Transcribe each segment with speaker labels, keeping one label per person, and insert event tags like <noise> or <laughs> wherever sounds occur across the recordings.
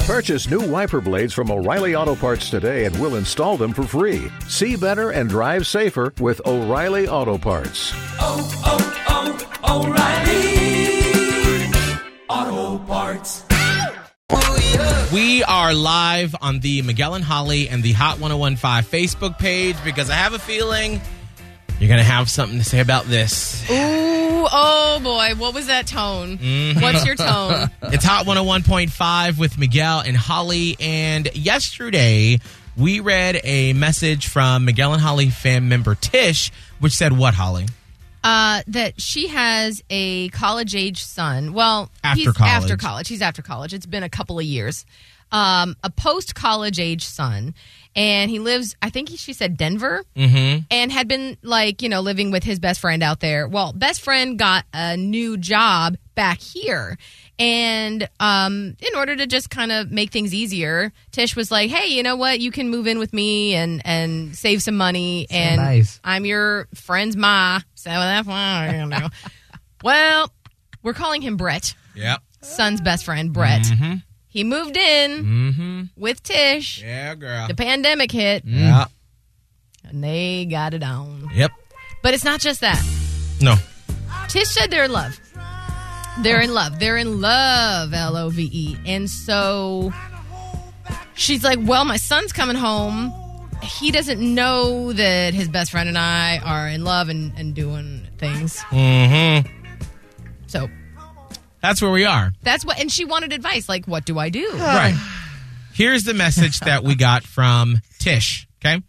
Speaker 1: Purchase new wiper blades from O'Reilly Auto Parts today and we'll install them for free. See better and drive safer with O'Reilly Auto Parts.
Speaker 2: oh, oh, O'Reilly Auto Parts.
Speaker 3: We are live on the Magellan Holly and the Hot 1015 Facebook page because I have a feeling you're going to have something to say about this.
Speaker 4: Ooh, oh boy, what was that tone?
Speaker 3: Mm. <laughs>
Speaker 4: What's your tone?
Speaker 3: It's Hot 101.5 with Miguel and Holly. And yesterday, we read a message from Miguel and Holly fan member Tish, which said, What, Holly?
Speaker 4: Uh, that she has a college age son. Well,
Speaker 3: After
Speaker 4: he's
Speaker 3: college.
Speaker 4: after college. He's after college. It's been a couple of years. Um, a post college age son. And he lives, I think he, she said Denver, mm-hmm. and had been like, you know, living with his best friend out there. Well, best friend got a new job back here. And um, in order to just kind of make things easier, Tish was like, hey, you know what? You can move in with me and, and save some money. and
Speaker 3: nice.
Speaker 4: I'm your friend's ma. So that's why I
Speaker 3: <laughs>
Speaker 4: don't know. well, we're calling him Brett,
Speaker 3: Yep.
Speaker 4: son's best friend, Brett. He moved in with Tish.
Speaker 3: Mm-hmm. Yeah, Mm-hmm. girl.
Speaker 4: The pandemic hit,
Speaker 3: Yeah.
Speaker 4: and they got it on.
Speaker 3: Mm. Yep.
Speaker 4: But it's not just that.
Speaker 3: No.
Speaker 4: Tish said they're in love. They're in love. They're in love, L O V E. And so she's like, Well, my son's coming home. He doesn't know that his best friend and I are in love and, and doing things.
Speaker 3: Mm-hmm.
Speaker 4: So
Speaker 3: That's where we <sighs> are.
Speaker 4: that's what, and she wanted advice like, What do I do?
Speaker 3: Right. Here's the message that we got from Tish. Okay.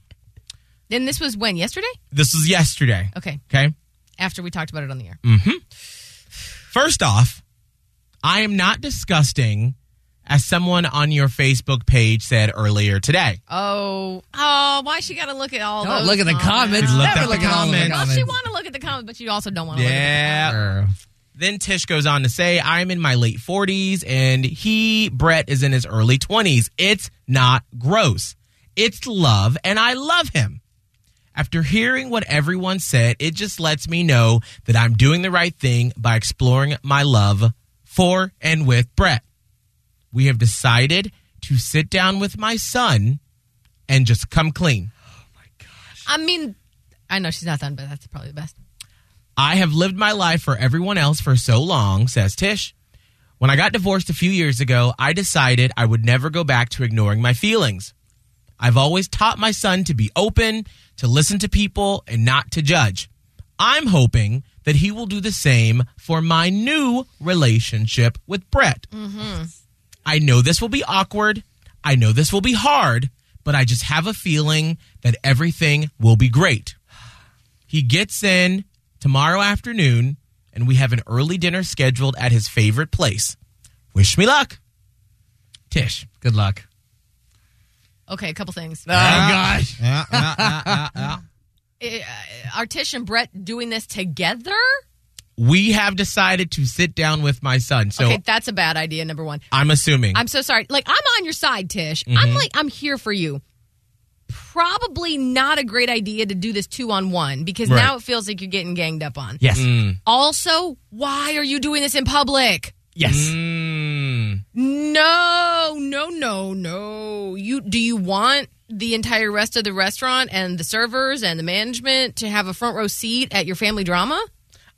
Speaker 4: Then this was when? Yesterday?
Speaker 3: This was yesterday.
Speaker 4: Okay.
Speaker 3: Okay.
Speaker 4: After we talked about it on the air.
Speaker 3: Mm. First off, I am not disgusting, as someone on your Facebook page said earlier today.
Speaker 4: Oh, oh, why she got to look at all
Speaker 5: Don't
Speaker 4: those
Speaker 5: look at the comments.
Speaker 3: Look
Speaker 5: Never
Speaker 3: at
Speaker 5: look
Speaker 3: the
Speaker 5: at all the
Speaker 3: comments.
Speaker 4: Well, she
Speaker 5: comments.
Speaker 4: want to look at the comments, but you also don't want to look at
Speaker 3: Yeah.
Speaker 5: Err.
Speaker 3: Then Tish goes on to say, I'm in my late 40s and he, Brett, is in his early 20s. It's not gross. It's love and I love him. After hearing what everyone said, it just lets me know that I'm doing the right thing by exploring my love for and with Brett. We have decided to sit down with my son and just come clean.
Speaker 4: the I mean, I know she's not done, but that's probably the best.
Speaker 3: I have lived my life for everyone else for so long, says Tish. When I got divorced a few years ago, I decided I would never go back to ignoring my feelings. I've always taught my son to be open, to listen to people, and not to judge. I'm hoping that he will do the same for my new relationship with Brett. I know this will be awkward. I know this will be hard, but I just have a feeling that everything will be great. He gets in tomorrow afternoon, and we have an early dinner scheduled at his favorite place. Wish me luck. Tish.
Speaker 5: Good luck.
Speaker 4: Okay, a couple things.
Speaker 5: Oh,
Speaker 3: Ah.
Speaker 5: gosh.
Speaker 4: Uh, are Tish and Brett doing this together?
Speaker 3: We have decided to sit down with my son. So
Speaker 4: okay, that's a bad idea, number one.
Speaker 3: I'm assuming.
Speaker 4: I'm so sorry. Like, I'm on your side, Tish.
Speaker 3: Mm-hmm.
Speaker 4: I'm like, I'm here for you. Probably not a great idea to do this two on one because
Speaker 3: Right.
Speaker 4: now it feels like you're getting ganged up on.
Speaker 5: Yes.
Speaker 4: Also, why are you doing this in public?
Speaker 5: Yes.
Speaker 3: Mm.
Speaker 4: No, no, no, no. You do you want the entire rest of the restaurant and the servers and the management to have a front row seat at your family drama?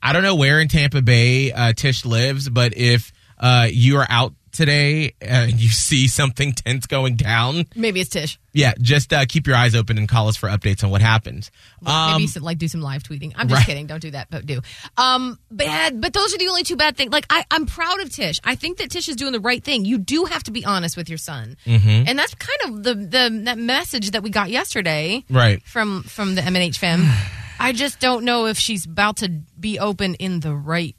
Speaker 3: I don't know where in Tampa Bay uh, Tish lives, but if uh, you are out today and you <laughs> see something tense going down,
Speaker 4: Maybe it's Tish.
Speaker 3: yeah, just uh, keep your eyes open and call us for updates on what happens.
Speaker 4: Maybe some, like do some live tweeting. I'm just
Speaker 3: Um, right.
Speaker 4: kidding. Don't do that, but do. Um, bad. But those are the only two bad things. Like I, I'm proud of Tish. I think that Tish is doing the right thing. You do have to be honest with your son,
Speaker 3: Mm-hmm.
Speaker 4: and that's kind of the the that message that we got yesterday,
Speaker 3: Right.
Speaker 4: From from the MNH fam. I just don't know if she's about to be open in the right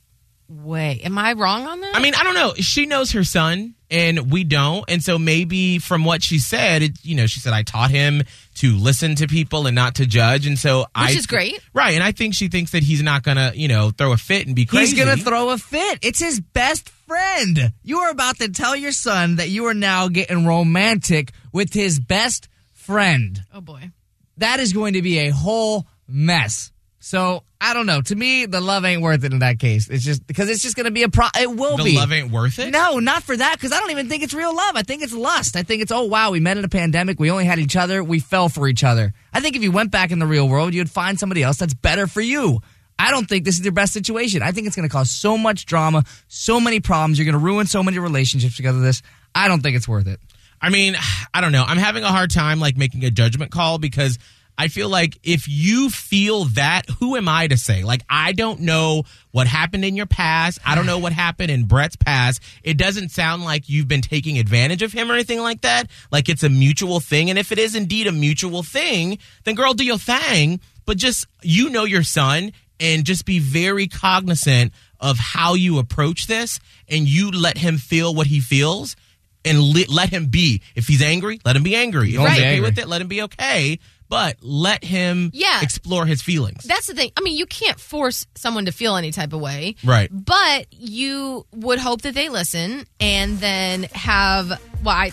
Speaker 4: way. Am I wrong on that?
Speaker 3: I mean, I don't know. She knows her son, and we don't. And so maybe from what she said, it, you know, she said I taught him to listen to people and not to judge. And so I,
Speaker 4: is great.
Speaker 3: right? And I think she thinks that he's not gonna, you know, throw a fit and be crazy.
Speaker 5: He's going to throw a fit. It's his best friend. You are about to tell your son that you are now getting romantic with his best friend.
Speaker 4: oh boy.
Speaker 5: That is going to be a whole mess. So I don't know. To me, the love ain't worth it in that case. It's just because it's just going to be a pro. It will
Speaker 3: The
Speaker 5: be.
Speaker 3: love ain't worth it?
Speaker 5: No, not for that. Because I don't even think it's real love. I think it's lust. I think it's oh wow, we met in a pandemic. We only had each other. We fell for each other. I think if you went back in the real world, you'd find somebody else that's better for you. I don't think this is your best situation. I think it's going to cause so much drama, so many problems. You're going to ruin so many relationships because of this. I don't think it's worth it.
Speaker 3: I mean, <sighs> I don't know. I'm having a hard time like making a judgment call because I feel like if you feel that, who am I to say? Like, I don't know what happened in your past. I don't know what happened in Brett's past. It doesn't sound like you've been taking advantage of him or anything like that. Like, it's a mutual thing. And if it is indeed a mutual thing, then girl, do your thing. But just, you know, your son and just be very cognizant of how you approach this and you let him feel what he feels and le- let him be. If he's angry, let him be angry. If
Speaker 5: Don't
Speaker 3: he's
Speaker 5: be
Speaker 3: okay
Speaker 5: angry.
Speaker 3: with it, let him be okay. But let him
Speaker 4: Yeah.
Speaker 3: explore his feelings.
Speaker 4: That's the thing. I mean, you can't force someone to feel any type of way.
Speaker 3: Right.
Speaker 4: But you would hope that they listen and then have, well, I,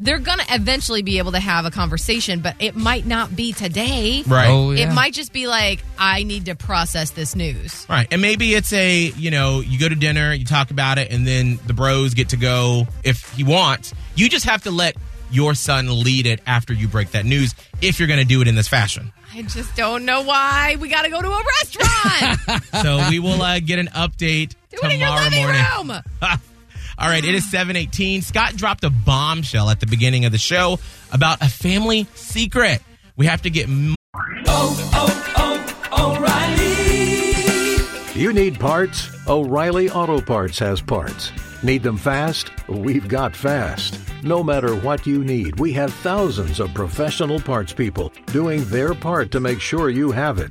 Speaker 4: they're going to eventually be able to have a conversation, but it might not be today.
Speaker 3: right.
Speaker 5: Oh, yeah.
Speaker 4: It might just be like, I need to process this news.
Speaker 3: Right. And maybe it's a, you know, you go to dinner, you talk about it, and then the bros get to go if he wants. You just have to let your son lead it after you break that news if you're going to do it in this fashion.
Speaker 4: I just don't know why we got to go to a
Speaker 3: <laughs>
Speaker 4: restaurant.
Speaker 3: So we will uh, get an update
Speaker 4: <laughs> Do
Speaker 3: tomorrow
Speaker 4: it in your living
Speaker 3: morning.
Speaker 4: room.
Speaker 3: <laughs> All right, it is 718. Scott dropped a bombshell at the beginning of the show about a family secret. We have to get m-
Speaker 2: Oh, O'Reilly.
Speaker 1: You need parts? O'Reilly Auto Parts has parts. Need them fast? We've got fast. No matter what you need, we have thousands of professional parts people doing their part to make sure you have it.